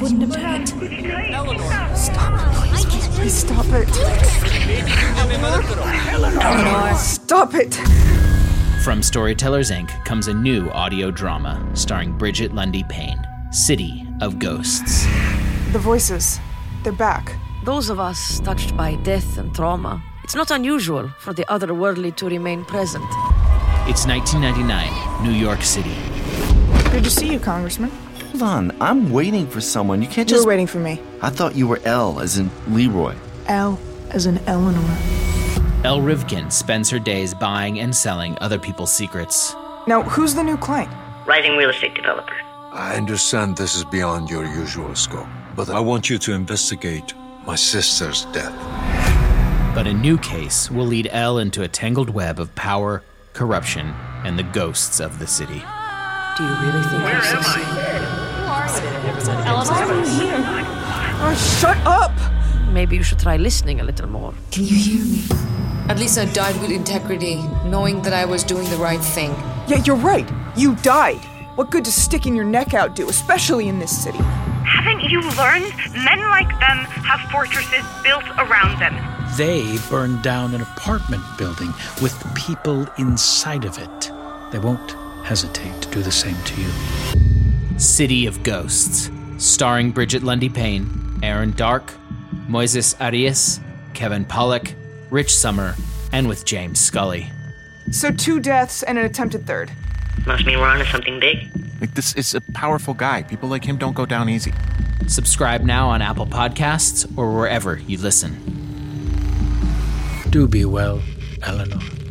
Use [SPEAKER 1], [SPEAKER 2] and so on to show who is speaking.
[SPEAKER 1] wouldn't have done it.
[SPEAKER 2] Eleanor,
[SPEAKER 1] Please, please, please stop it.
[SPEAKER 2] maybe you can give him another throw.
[SPEAKER 1] Eleanor, stop it.
[SPEAKER 3] From Storytellers Inc. comes a new audio drama starring Bridget Lundy Payne City of Ghosts.
[SPEAKER 1] The voices, they're back.
[SPEAKER 4] Those of us touched by death and trauma, it's not unusual for the otherworldly to remain present.
[SPEAKER 3] It's 1999, New York City.
[SPEAKER 1] Good to see you, Congressman.
[SPEAKER 5] Hold on, I'm waiting for someone. You can't
[SPEAKER 1] You
[SPEAKER 5] just.
[SPEAKER 1] were waiting for me.
[SPEAKER 5] I thought you were L, as in Leroy.
[SPEAKER 1] L as in Eleanor.
[SPEAKER 3] Elle Rivkin spends her days buying and selling other people's secrets.
[SPEAKER 1] Now, who's the new client?
[SPEAKER 6] rising real estate developer.
[SPEAKER 7] I understand this is beyond your usual scope, but I want you to investigate my sister's death.
[SPEAKER 3] But a new case will lead Elle into a tangled web of power, corruption, and the ghosts of the city.
[SPEAKER 4] Do you really think Where am
[SPEAKER 1] Oh, shut up!
[SPEAKER 4] Maybe you should try listening a little more.
[SPEAKER 8] Can you hear me? At least I died with integrity, knowing that I was doing the right thing.
[SPEAKER 1] Yeah, you're right. You died. What good does sticking your neck out do, especially in this city?
[SPEAKER 2] Haven't you learned? Men like them have fortresses built around them.
[SPEAKER 9] They burned down an apartment building with people inside of it. They won't hesitate to do the same to you.
[SPEAKER 3] City of Ghosts, starring Bridget Lundy Payne, Aaron Dark, Moises Arias, Kevin Pollock, Rich Summer, and with James Scully.
[SPEAKER 1] So, two deaths and an attempted third.
[SPEAKER 6] Must mean we're onto something big.
[SPEAKER 10] Like, this is a powerful guy. People like him don't go down easy.
[SPEAKER 3] Subscribe now on Apple Podcasts or wherever you listen.
[SPEAKER 9] Do be well, Eleanor.